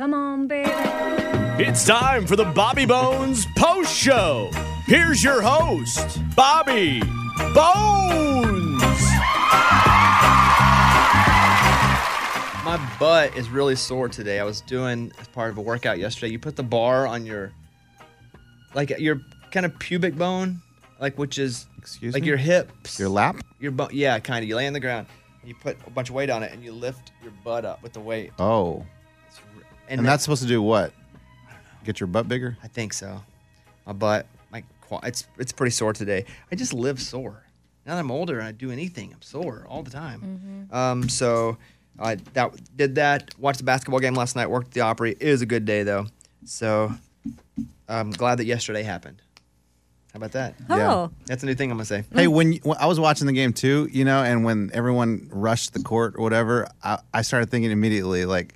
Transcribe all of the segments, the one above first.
Come on, baby. It's time for the Bobby Bones Post Show. Here's your host, Bobby Bones. My butt is really sore today. I was doing as part of a workout yesterday. You put the bar on your, like your kind of pubic bone, like which is Excuse like me? your hips, Your lap? your bone. Yeah, kind of. You lay on the ground, and you put a bunch of weight on it, and you lift your butt up with the weight. Oh. And, And that's supposed to do what? Get your butt bigger? I think so. My butt, my qua- it's it's pretty sore today. I just live sore. Now that I'm older and I do anything, I'm sore all the time. Um, so I that did that. Watched the basketball game last night. Worked at the Opry. It was a good day though. So I'm glad that yesterday happened. How about that? Oh. That's a new thing I'm gonna say. Hey, when, you, when I was watching the game too, you know, and when everyone rushed the court or whatever, I, I started thinking immediately, like,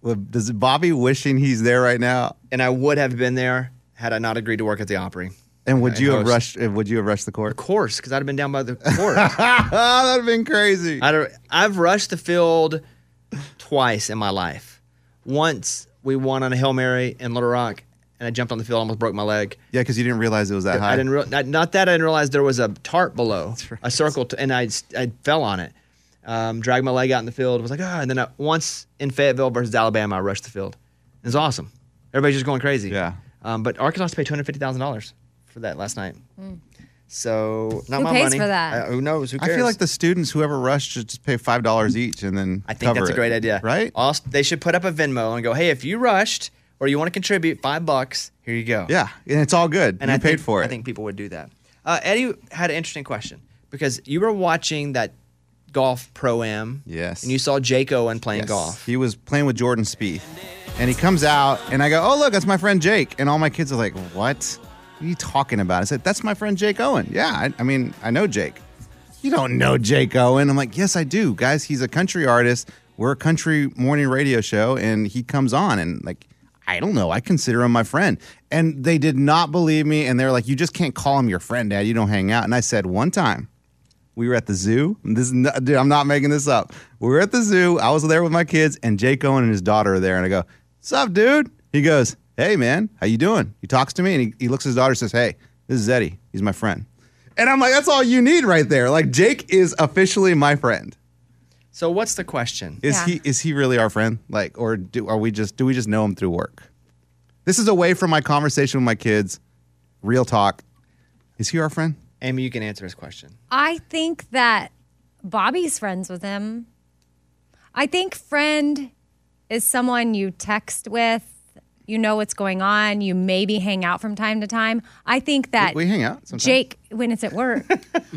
well, does Bobby wishing he's there right now? And I would have been there had I not agreed to work at the Opry. And would I you have know. rushed? uh, Would you have rushed the court? Of course, because I'd have been down by the court. Ah, that'd have been crazy. I don't, I've rushed the field twice in my life. Once we won on a Hail Mary in Little Rock, and I jumped on the field, almost broke my leg. yeah, because you didn't realize it was that high. I didn't real, not, not that I didn't realize there was a tarp below, a circle, t- and I, s- I fell on it. Um, dragged my leg out in the field, was like, ah, and then I, once in Fayetteville versus Alabama, I rushed the field. It was awesome. Everybody's just going crazy. Yeah. Um, but Arkansas paid $250,000 for that last night. So, not Who my pays money. for that? Uh, who knows? Who Hmm. I cares? feel like the students, whoever rushed, should just pay five dollars each and then I think cover that's a it, great idea. right? Also, they should put up a Venmo and go, hey, if you rushed or you want to contribute five bucks, here you go. yeah, and it's all good. And you I paid think, for it. I think people would do that. Uh, Eddie had an interesting question because you were watching that golf pro am. Yes. And you saw Jake Owen playing Yes. golf. He was playing with Jordan Spieth, and he comes out, and I go, "Oh look, that's my friend Jake." And all my kids are like, "What? What are you talking about?" I said, "That's my friend Jake Owen." Yeah, I, I mean, I know Jake. You don't know Jake Owen? I'm like, "Yes, I do, guys. He's a country artist. We're a country morning radio show, and he comes on, and like." I don't know. I consider him my friend. And they did not believe me. And they were like, You just can't call him your friend, Dad. You don't hang out. And I said, One time, we were at the zoo. This is no, dude, I'm not making this up. We were at the zoo. I was there with my kids, and Jake Owen and his daughter are there. And I go, "What's up, dude?" He goes, "Hey, man, how you doing?" He talks to me, and he, he looks at his daughter, and says, "Hey, this is Eddie. He's my friend." And I'm like, "That's all you need right there. Like, Jake is officially my friend. So, what's the question? Is Yeah. he is he really our friend? Like, or do are we just do we just know him through work? This is away from my conversation with my kids. Real talk. Is he our friend? Amy, you can answer his question. I think that Bobby's friends with him. I think friend is someone you text with, you know what's going on, you maybe hang out from time to time. I think that We hang out. Sometimes. Jake, when it's at work,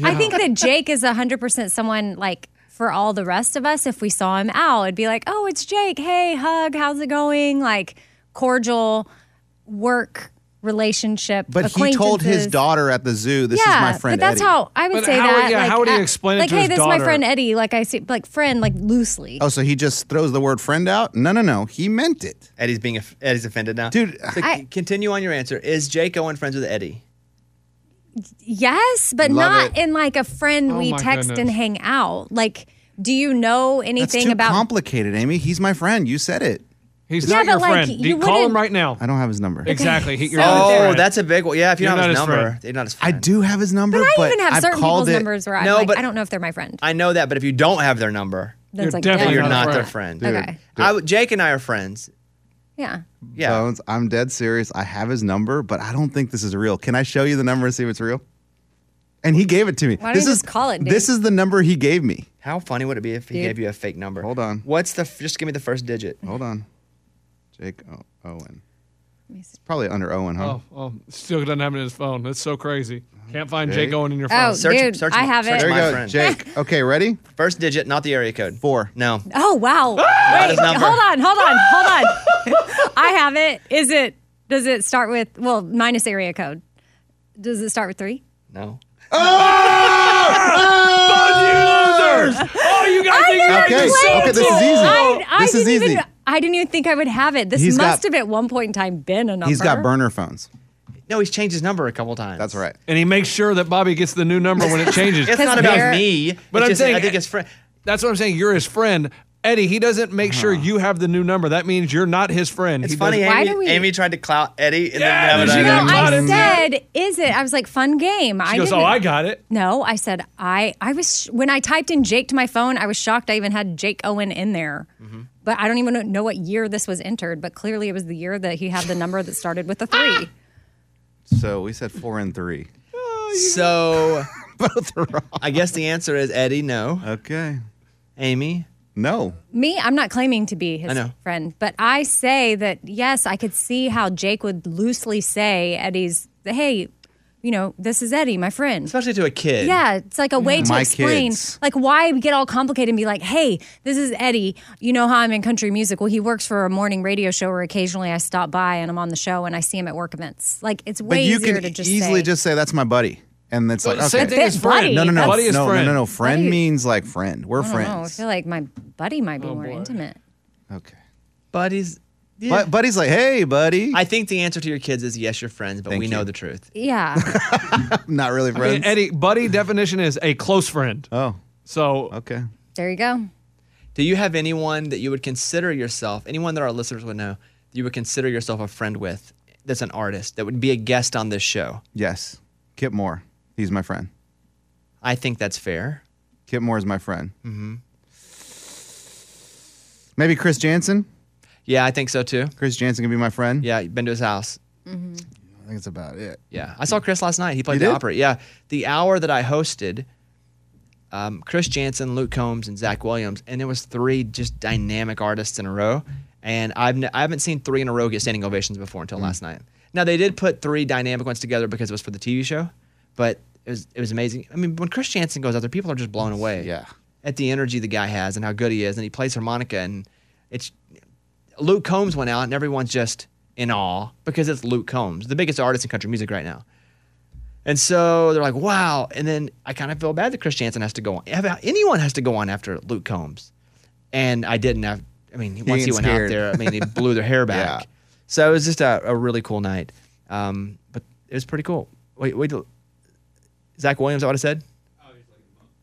I think that Jake is 100% someone like for all the rest of us. If we saw him out, it'd be like, oh, it's Jake. Hey, hug. How's it going? Like cordial work relationship. But he told acquaintances. his daughter at the zoo, "This yeah, is my friend." but that's Eddie. how I would But say how- that. yeah, like, how would he at- explain it Like, to hey, his this is my daughter? friend Eddie. Like I see, like friend, like loosely. Oh, so he just throws the word "friend" out? No, no, no. He meant it. Eddie's being aff- Eddie's offended now. Dude, So I- continue on your answer. Is Jake Owen friends with Eddie? Yes, but Love not it. in like a friend Oh we my text and goodness. hang out. Like, do you know That's anything too about? complicated, Amy. He's my friend. You said it. He's Yeah, not your but, like, friend. you You call wouldn't- him right now. I don't have his number. Exactly. He- you're so not his Oh, friend. that's a big one. Yeah, if you You're don't have his not his number, friend. you're not his I friend. do have his number, But but, I even have I've certain called people's it. numbers where I'm No, like, but- I don't know if they're my friend. I know that, but if you don't have their number, Then it's You're like, definitely yeah, you're You're not not a their friend. friend. Okay. I w- Jake and I are friends. Yeah. Yeah. Bones, I'm dead serious. I have his number, but I don't think this is real. Can I show you the number and see if it's real? And he gave it to me. Why don't this you is just call it, dude? This is the number he gave me. How funny would it be if he Dude. gave you a fake number? Hold on. What's the? f- Just give me the first digit. Hold on, Jake o- Owen. me It's probably under Owen, huh? Oh, oh, still doesn't have it in his phone. That's so crazy. Can't find Okay. Jake Owen in your Oh, phone. Search- dude, search I my- have search there it. you my go, friend. Jake. Okay, ready? First digit, not the area code. Four. No. Oh wow! Wait, his number. hold on, hold on, hold on. I have it. Is it? Does it start with? Well, minus area code. Does it start with three? No. Oh, you guys think Okay, you're so- okay, this is easy. I, I This is didn't even. easy. I didn't even think I would have it. This He's must got- have at one point in time been a number. He's got burner phones. No, he's changed his number a couple times. That's right. And he makes sure that Bobby gets the new number when it changes. It's not Because about they're- me. it's But I'm just- saying- I think it's friend. That's what I'm saying. You're his friend. Eddie, he doesn't make sure Uh-huh. you have the new number. That means you're not his friend. It's He funny. doesn't- Why Amy, do we- Amy tried to clout Eddie, and Yeah, then did you you No, didn't got I him. said, is it? I was like, fun game. I She goes, didn't- "Oh, I got it." No, I said I. I was when I typed in Jake to my phone. I was shocked. I even had Jake Owen in there, Mm-hmm. but I don't even know what year this was entered. But clearly, it was the year that he had the number that started with a three. So we said four and three. So I guess the answer is Eddie. No, Okay. Amy. No. Me, I'm not claiming to be I his know. friend, but I say that yes, I could see how Jake would loosely say Eddie's. Hey, you know, this is Eddie, my friend. Especially to a kid. Yeah, it's like a way to My explain, kids. like why get all complicated and be like, "Hey, this is Eddie. You know how I'm in country music? Well, he works for a morning radio show where occasionally I stop by and I'm on the show and I see him at work events. Like it's But way you easier can to just easily say, just say that's my buddy, and it's like okay. Same thing That's as friend. buddy. No, no, no, Buddy is no, friend. no, no, no. Friend Buddy- means like friend. I We're don't know. I friends. feel like my buddy might be more boy. intimate. okay. buddies. Yeah. But buddy's like, hey, buddy. I think the answer to your kids is yes, you're friends, but Thank we know you. the truth. Yeah, I'm not really I mean, friends. Eddie, buddy definition is a close friend. oh, So okay. there you go. Do you have anyone that you would consider yourself, anyone that our listeners would know, that you would consider yourself a friend with that's an artist that would be a guest on this show? Yes. Kip Moore. He's my friend. I think that's fair. Kip Moore is my friend. Mm-hmm. Maybe Chris Jansen. Yeah, I think so too. Chris Jansen can be my friend. Yeah, you've been to his house. I think that's about it. Yeah, I saw Chris last night. He played You the did? opera. Yeah, the hour that I hosted, um, Chris Jansen, Luke Combs, and Zach Williams, and it was three just dynamic artists in a row. And I've n- I haven't seen three in a row get standing ovations before Mm. until last night. Now they did put three dynamic ones together because it was for the TV show, but it was it was amazing. I mean, when Chris Jansen goes out there, people are just blown away. Yeah. at the energy the guy has and how good he is, and he plays harmonica, and it's Luke Combs went out, and everyone's just in awe because it's Luke Combs, the biggest artist in country music right now. And so they're like, wow. And then I kind of feel bad that Chris Jansen has to go on. Have- Anyone has to go on after Luke Combs. And I didn't have, I mean, once he ain't went scared. out there, I mean, they blew their hair back. Yeah. So it was just a, a really cool night. Um, but it was pretty cool. Wait, wait. till- Zach Williams, I would have said?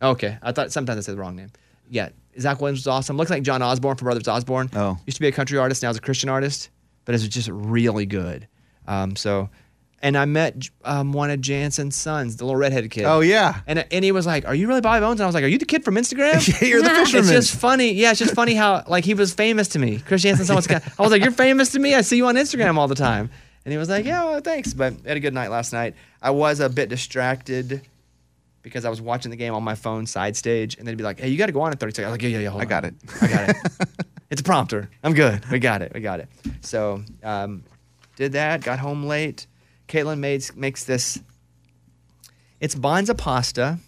Okay. I thought sometimes I said the wrong name. Yeah. Zach Williams was awesome. Looks like John Osborne from Brothers Osborne. Oh. Used to be a country artist, now is a Christian artist, but is just really good. Um, so, and I met J- um, one of Jansen's sons, the little redheaded kid. Oh, yeah. And, and he was like, Are you really Bobby Bones? And I was like, Are you the kid from Instagram? You're the It's fisherman. just funny. Yeah, it's just funny how like he was famous to me. Chris Jansen, someone's got, I was like, you're famous to me. I see you on Instagram all the time. And he was like, yeah, well, thanks. But I had a good night last night. I was a bit distracted because I was watching the game on my phone side stage, and they'd be like, hey, you got to go on in 30 seconds. I was like, yeah, yeah, yeah. Hold I on. got it. I got it. it's a prompter. I'm good. We got it. We got it. So um, did that. Got home late. Caitlin made, makes this. It's bonza pasta,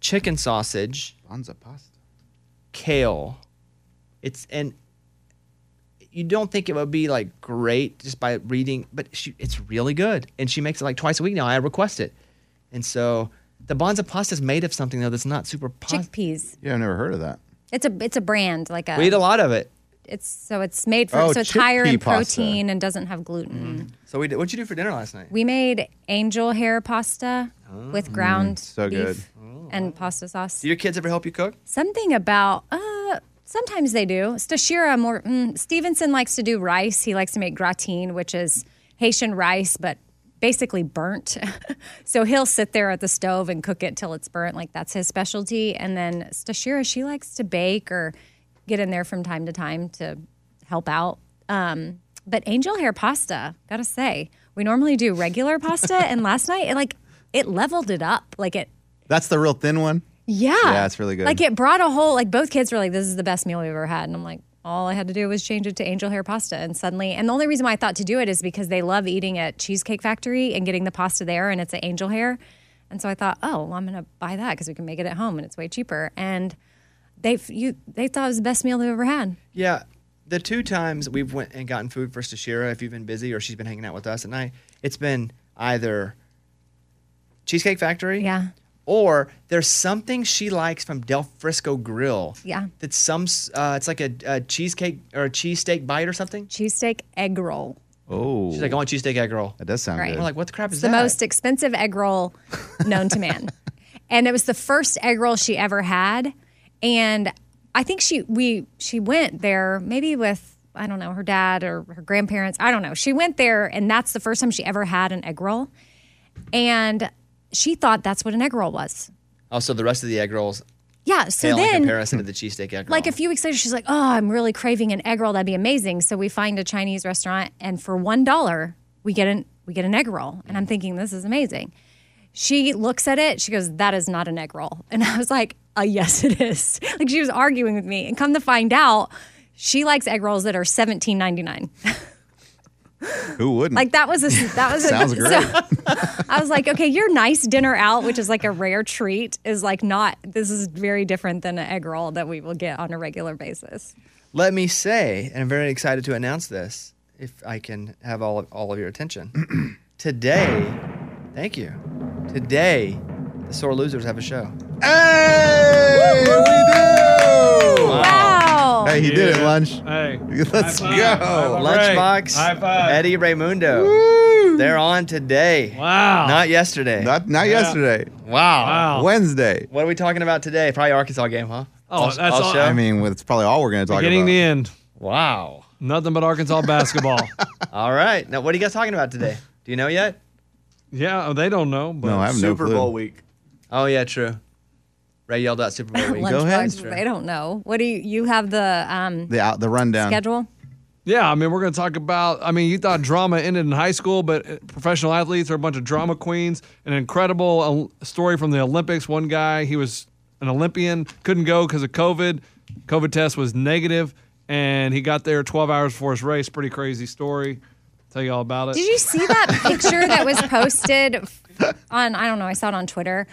chicken sausage Bonza pasta. kale. It's and you don't think it would be like great just by reading, but she it's really good, and she makes it like twice a week now. I request it, and so the bonza pasta is made of something though that's not super. Pos- Chickpeas. Yeah, I've never heard of that. It's a it's a brand like a. we eat a lot of it. It's so it's made for Oh, so it's higher in chickpea pasta. protein and doesn't have gluten. So we did, what'd you do for dinner last night? We made angel hair pasta with ground Ah. Mm, so beef and pasta sauce. do your kids ever help you cook? Something about uh sometimes they do. Stashira more mm, Stevenson likes to do rice. He likes to make gratin, which is Haitian rice but basically burnt. so he'll sit there at the stove and cook it till it's burnt like that's his specialty. And then Stashira she likes to bake or get in there from time to time to help out. Um but angel hair pasta, got to say. We normally do regular pasta and last night it like it leveled it up. Like it That's the real thin one. yeah. Yeah, it's really good. Like it brought a whole like both kids were like, This is the best meal we've ever had. And I'm like, all I had to do was change it to angel hair pasta and suddenly and the only reason why I thought to do it is because they love eating at Cheesecake Factory and getting the pasta there and it's an angel hair. And so I thought, oh, well, I'm gonna buy that because we can make it at home and it's way cheaper. And they you they thought it was the best meal they've ever had. Yeah, the two times we've went and gotten food for Stashira, if you've been busy or she's been hanging out with us at night, it's been either Cheesecake Factory, Yeah. or there's something she likes from Del Frisco Grill, Yeah. that's some s- uh, it's like a, a cheesecake or a cheesesteak bite or something. Cheesesteak egg roll. Oh. She's like, I want cheesesteak egg roll. that does sound Right. good. We're like, what the crap is It's the that? most expensive egg roll known to man. and it was the first egg roll she ever had. And I think she we she went there maybe with I don't know her dad or her grandparents. I don't know. She went there, and that's the first time she ever had an egg roll, and she thought that's what an egg roll was. Also, the rest of the egg rolls Yeah. So pale in then, comparison to the cheesesteak egg roll. like a few weeks later, she's like, "Oh, I'm really craving an egg roll. That'd be amazing." So we find a Chinese restaurant, and for one dollar, we get an we get an egg roll, and I'm thinking this is amazing. She looks at it, she goes, "That is not an egg roll," and I was like, uh, "Yes, it is." Like she was arguing with me, and come to find out, she likes egg rolls that are seventeen ninety nine. Who wouldn't? Like that was a that was a, Sounds so- great. I was like, okay, your nice dinner out, which is like a rare treat, is like not. This is very different than an egg roll that we will get on a regular basis. Let me say, and I'm very excited to announce this, if I can have all of, all of your attention. Today, thank you. Today, the Sore Losers have a show. hey, we do. Wow. Hey, he did it, lunch. Hey. Let's High five. go. All Lunchbox, right. High five. Eddie Raymundo. They're on today. Wow. Not yesterday. Not not yesterday. wow. wow. Wednesday. What are we talking about today? Probably Arkansas game, huh? Oh, that's all- show? I mean, it's probably all we're going to talk Getting about. the end. wow. Nothing but Arkansas basketball. All right. Now, what are you guys talking about today? Do you know yet? yeah, oh, they don't know. But no, I have Super no clue. Bowl week. Oh, yeah, true. Ray yelled out Super Bowl week. Lunchbox, ahead. They don't know. What do you? You have the um, The out the rundown. schedule. Yeah, I mean, we're going to talk about. I mean, you thought drama ended in high school, but uh, professional athletes are a bunch of drama queens. An incredible uh, story from the Olympics. One guy, he was an Olympian, couldn't go because of COVID. COVID test was negative, and he got there 12 hours before his race. Pretty crazy story. Tell you all about it. Did you see that picture that was posted on? I don't know. I saw it on Twitter,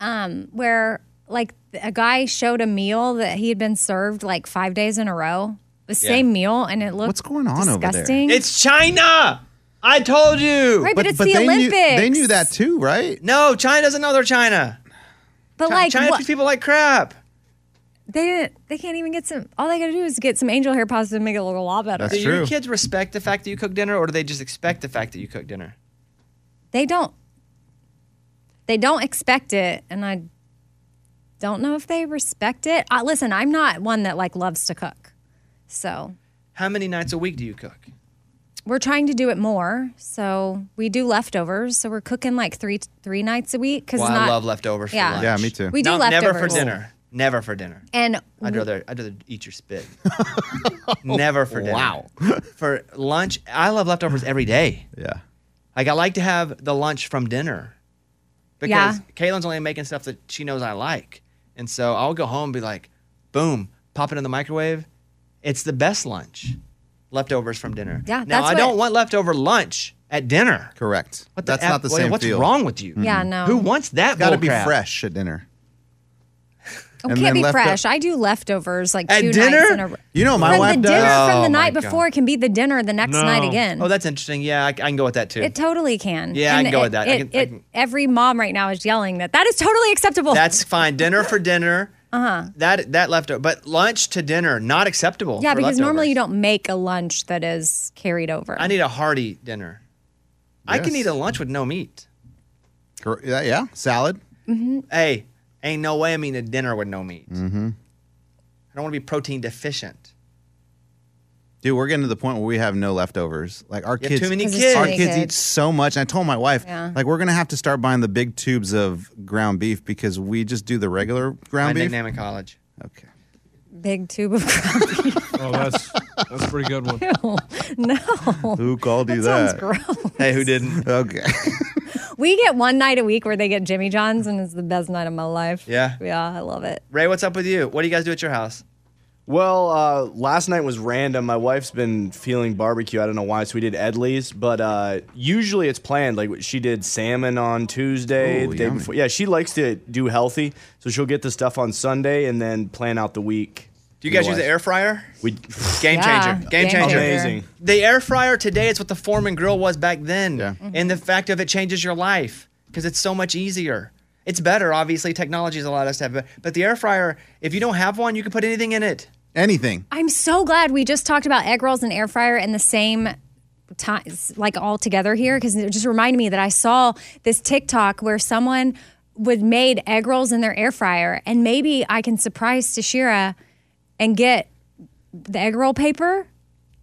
um, where like a guy showed a meal that he had been served like five days in a row, the same meal, and it looked What's going on over there? disgusting. It's China. I told you. right, but, it's the they Olympics. Knew, they knew that too, right? No, China doesn't know they're China. But Chi- like, China what- treats people like crap. they didn't. They can't even get some. All they got to do is get some angel hair positive and make it look a lot better. That's Do your true. kids respect the fact that you cook dinner, or do they just expect the fact that you cook dinner? they don't they don't expect it and i don't know if they respect it I, listen i'm not one that like loves to cook so How many nights a week do you cook? we're trying to do it more so we do leftovers so we're cooking like three three nights a week because Well, I not love leftovers. yeah. For lunch. Yeah, me too. we do Mm-hmm. No, leftovers never for dinner. Never for dinner. and I'd rather I'd rather eat your spit. never for dinner. Wow. for lunch, I love leftovers every day. Yeah. Like I like to have the lunch from dinner Yeah. because Caitlin's only making stuff that she knows I like, and so I'll go home and be like, boom, pop it in the microwave. It's the best lunch, leftovers from dinner. Yeah, now that's I what- don't want leftover lunch at dinner. Correct. What the That's F- not the what- same What's feel. wrong with you? Mm-hmm. Yeah, no. Who wants that? Got to bull be crap? fresh at dinner. it and can't then be lefto- fresh i do leftovers like At two nights dinner? in a row You know, my from wife the does. dinner from Oh, the my night God. before can be the dinner the next No. night again Oh, that's interesting. Yeah, I, I can go with that too. It totally can. Yeah, I And can go it- with that. I it- can- I it- can- Every mom right now is yelling that that is totally acceptable. That's fine. Dinner for dinner. Uh-huh. Uh huh. That that leftover, but lunch to dinner not acceptable. yeah, for because normally leftovers. you don't make a lunch that is carried over. I need a hearty dinner. I can eat Yes. a lunch with no meat. Cor- Yeah, yeah, salad. Hey, ain't no way I'm eating a dinner with no meat. Mm-hmm. I don't want to be protein deficient. Dude, we're getting to the point where we have no leftovers. Like our You have kids, too many 'Cause it's kids. our Many kids eat kids. so much. And I told my wife, Yeah. like, we're gonna have to start buying the big tubes of ground beef because we just do the regular My ground beef. nickname in college. Okay. Big tube of ground Oh, that's that's a pretty good one. beef. No, Who called you sounds that? gross. Hey, who didn't? Okay. We get one night a week where they get Jimmy John's, and it's the best night of my life. Yeah. yeah, I love it. Ray, what's up with you? What do you guys do at your house? Well, uh, last night was random. My wife's been feeling barbecue. I don't know why, so we did Edley's. But uh, usually it's planned. Like she did salmon on Tuesday, Ooh, the day yummy. before. Yeah, she likes to do healthy, so she'll get the stuff on Sunday and then plan out the week. Do you guys Otherwise- use the air fryer? We Game Yeah. changer. Game, Game changer. changer. amazing. The air fryer today is what the Foreman grill was back then. Yeah. And the fact of it changes your life because it's so much easier. It's better, obviously. Technology's allowed us to have it. But the air fryer, if you don't have one, you can put anything in it. Anything. I'm so glad we just talked about egg rolls and air fryer in the same time, like all together here, because it just reminded me that I saw this TikTok where someone would made egg rolls in their air fryer, and maybe I can surprise Tashira and get the egg roll paper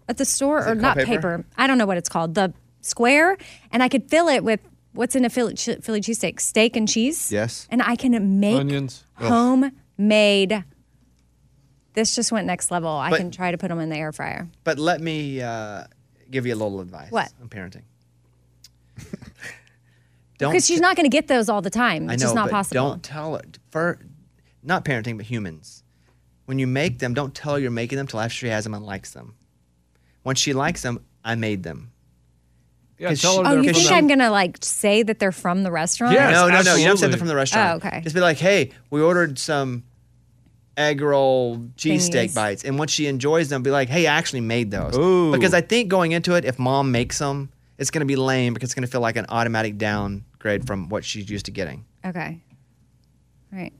at the store or called not paper? paper? I don't know what it's called, the square, and I could fill it with what's in a Philly, ch- Philly cheesesteak, steak and cheese. Yes. And I can make Onions. homemade. This just went next level. I But- can try to put them in the air fryer. But let me uh, give you a little advice What? on parenting. don't Because she's not going to get those all the time. It's I know, just not but possible. Don't tell it for not parenting, but humans. When you make them, don't tell her you're making them till after she has them and likes them. Once she likes them, I made them. Yeah, 'Cause tell she- her Oh, they're you from think the- I'm gonna like say that they're from the restaurant? Yes, no, no, no. You don't send absolutely. them from the restaurant. Oh, okay. Just be like, hey, we ordered some egg roll cheesesteak Thingies. bites. And once she enjoys them, be like, hey, I actually made those. Because I think going into it, if mom makes them, it's going to be lame because it's going to feel like an automatic downgrade from what she's used to getting. Okay. Right.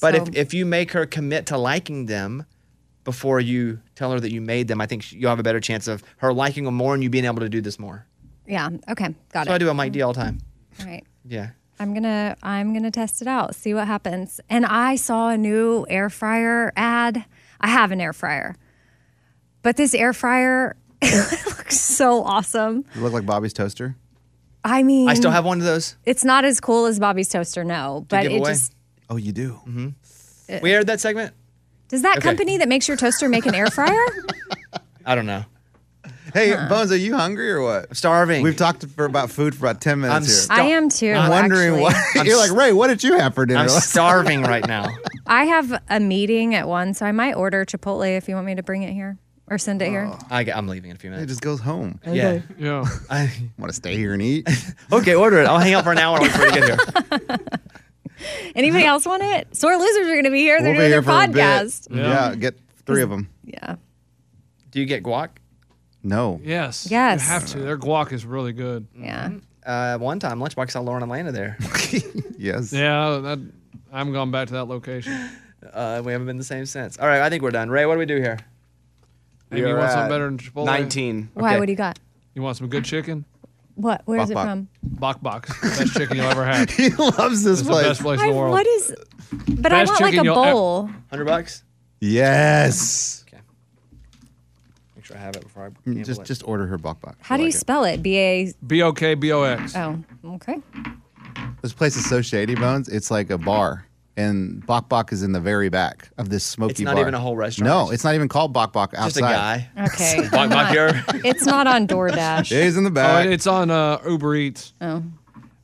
But So- if, if you make her commit to liking them before you tell her that you made them, I think she- you'll have a better chance of her liking them more and you being able to do this more. yeah. Okay. Got So I it. do on Mike D all the time. All right. Yeah. I'm gonna I'm gonna test it out, see what happens. And I saw a new air fryer ad. I have an air fryer, but this air fryer looks so awesome. You look like Bobby's toaster. I mean, I still have one of those. It's not as cool as Bobby's toaster, no. But give it away? just Oh, you do. Uh, We aired that segment? does that company that makes your toaster make an air fryer? I don't know. Hey, Bones, are you hungry or what? I'm starving. We've talked for about food for about ten minutes I'm here. st- I am too. I'm wondering actually. why you're like Ray. What did you have for dinner? I'm starving right now. I have a meeting at one, so I might order Chipotle if you want me to bring it here or send it Oh. here. I, am leaving in a few it minutes. just goes home. I Yeah. Yeah. I, want to stay here and eat. okay, order it. I'll hang out for an hour before you get here. Anybody else want it? Sore losers are going to be here. They're we'll be doing here their for a bit. podcast. Yeah. Yeah. get three of them. Yeah. Do you get guac? No. Yes. Yes. You have to. Their guac is really good. Yeah. Mm-hmm. Uh, one time, Lunchbox saw Lauren Atlanta there. Yes. Yeah. That I'm going back to that location. Uh, we haven't been the same since. All right, I think we're done. Ray, what do we do here? Maybe We you are want something at better than Chipotle. Nineteen. Why? Okay. What do you got? You want some good chicken? What? Where is it Bok bok. from? Bok Bok. Best chicken you'll ever have. he loves this It's the place. best place in I, the world. what is? But I Best want like a chicken you'll ev- bowl. 100 bucks? Yes. Okay. Make sure I have it before I gamble Just it. just order her bok bok. How I do you like it. spell it? B A. B O K B O X. Oh, okay. This place is so shady, Bones. It's like a bar, and Bok Bok is in the very back of this smoky It's not bar. even a whole restaurant. No, it's not even called Bok Bok outside. just a guy. Okay. Bok Bok here. it's not on DoorDash. Oh. He's in the Oh, back. it's on uh, Uber Eats. All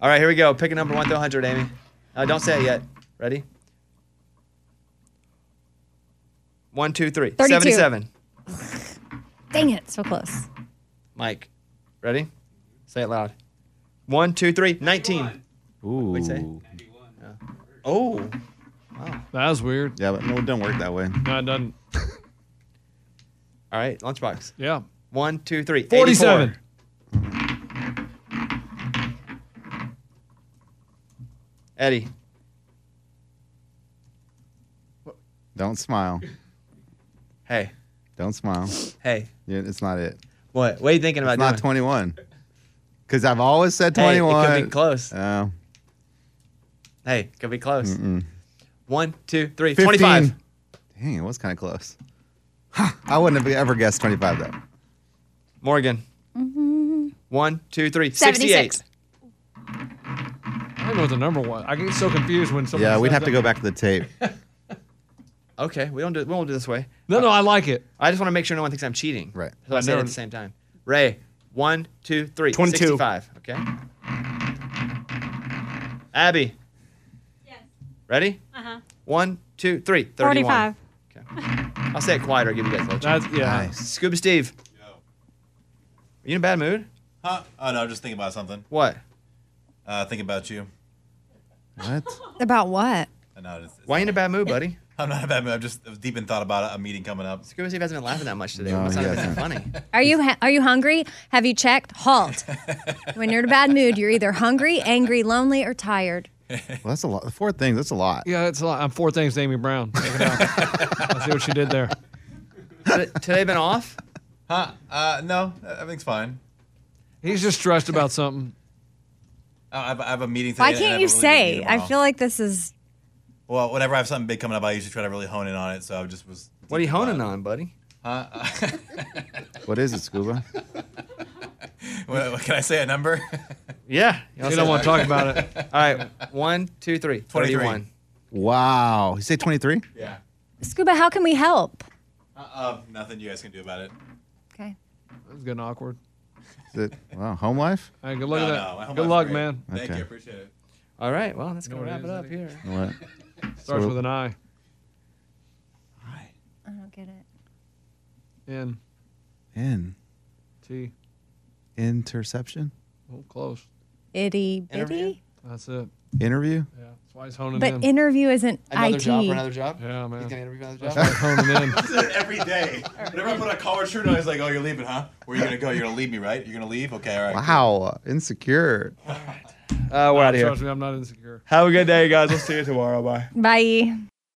right, here we go. Pick a number one through 100, Amy. Uh, don't say it yet. Ready? One, two, three. 32. 77. Dang it, so close. Mike, ready? Say it loud. One, two, three. 19. Ooh. What'd you Oh. That was weird. Yeah, but no, it don't work that way. No, it doesn't. All right, lunchbox. Yeah. One, two, three. 47. 84. Eddie. Don't smile. Hey. Don't smile. Hey. Yeah, it's not it. What? What are you thinking about It's not doing? 21. Because I've always said Hey, it 21. could be close. Oh. Hey, it could be close. One, two, three. 15. 25. Dang, it was kind of close. Ha, I wouldn't have ever guessed 25 though. Morgan. One, two, three. 76. 68. I don't know what the number was. I get so confused when something. Yeah, we'd says have to that. go back to the tape. Okay, we don't do we won't do it this way. No, no, I like it. I just want to make sure no one thinks I'm cheating. Right. So I I say it at never- the same time. Ray, one, two, three. 22. 65. Okay. Abby. Yes. Ready? Uh huh. One, two, three. 31. 45. Okay. I'll say it quieter. Give you guys a little chance. That's yeah. Scuba Steve. Are you in a bad mood? Huh? Oh no, just thinking about something. What? Uh, thinking about you. What? About what? I know it's, it's- Why are you in a bad mood, buddy? I'm not a bad mood. I'm just I was deep in thought about a meeting coming up. Scuba Steve hasn't been laughing that much today. No, Must not he have been that funny. Are you ha- are you hungry? Have you checked? Halt. when you're in a bad mood, you're either hungry, angry, lonely, or tired. Well, that's a lot. Four things. That's a lot. Yeah, it's a lot. I'm four things to Amy Brown. Check it out. I see what she did there. Today- today been off? Huh? Uh, no, everything's fine. He's just stressed about something. Uh, I, have, I have a meeting today. Why and I can't have you a really big say? meeting I tomorrow. feel like this is Well, whenever I have something big coming up, I usually try to really hone in on it. So I just was uh, What are you honing on, buddy? What is it, Scuba? Well, can I say a number? Yeah. You don't want to talk about it. All right. One, two, three. 23. 31. Wow. You say 23? yeah. Scuba, how can we help? Uh, uh, nothing you guys can do about it. Okay. It's getting awkward. Is it, wow, home life? All right, good luck No, at no, my that. home good life's luck, great. man. Thank Okay. you. Appreciate it. All right. Well, that's going No, to it wrap is, it up Eddie. here. All right. Starts So- with an I. I don't get it. N In. T. Interception? Oh, close. Itty Interview? bitty. That's it. Interview? Yeah. That's why he's honing But in. interview isn't Another IT. job for another job? yeah, He's going to man. interview for another That's job? why he's honing in. Every day. Whenever I put a collared shirt on, he's like, oh, you're leaving, huh? Where are you going to go? You're going to leave me, right? You're going to leave? Okay, all right. Wow. Insecure. Uh, we're out of here. Trust me, I'm not insecure. Have a good day, guys. We'll see you tomorrow. Bye. Bye.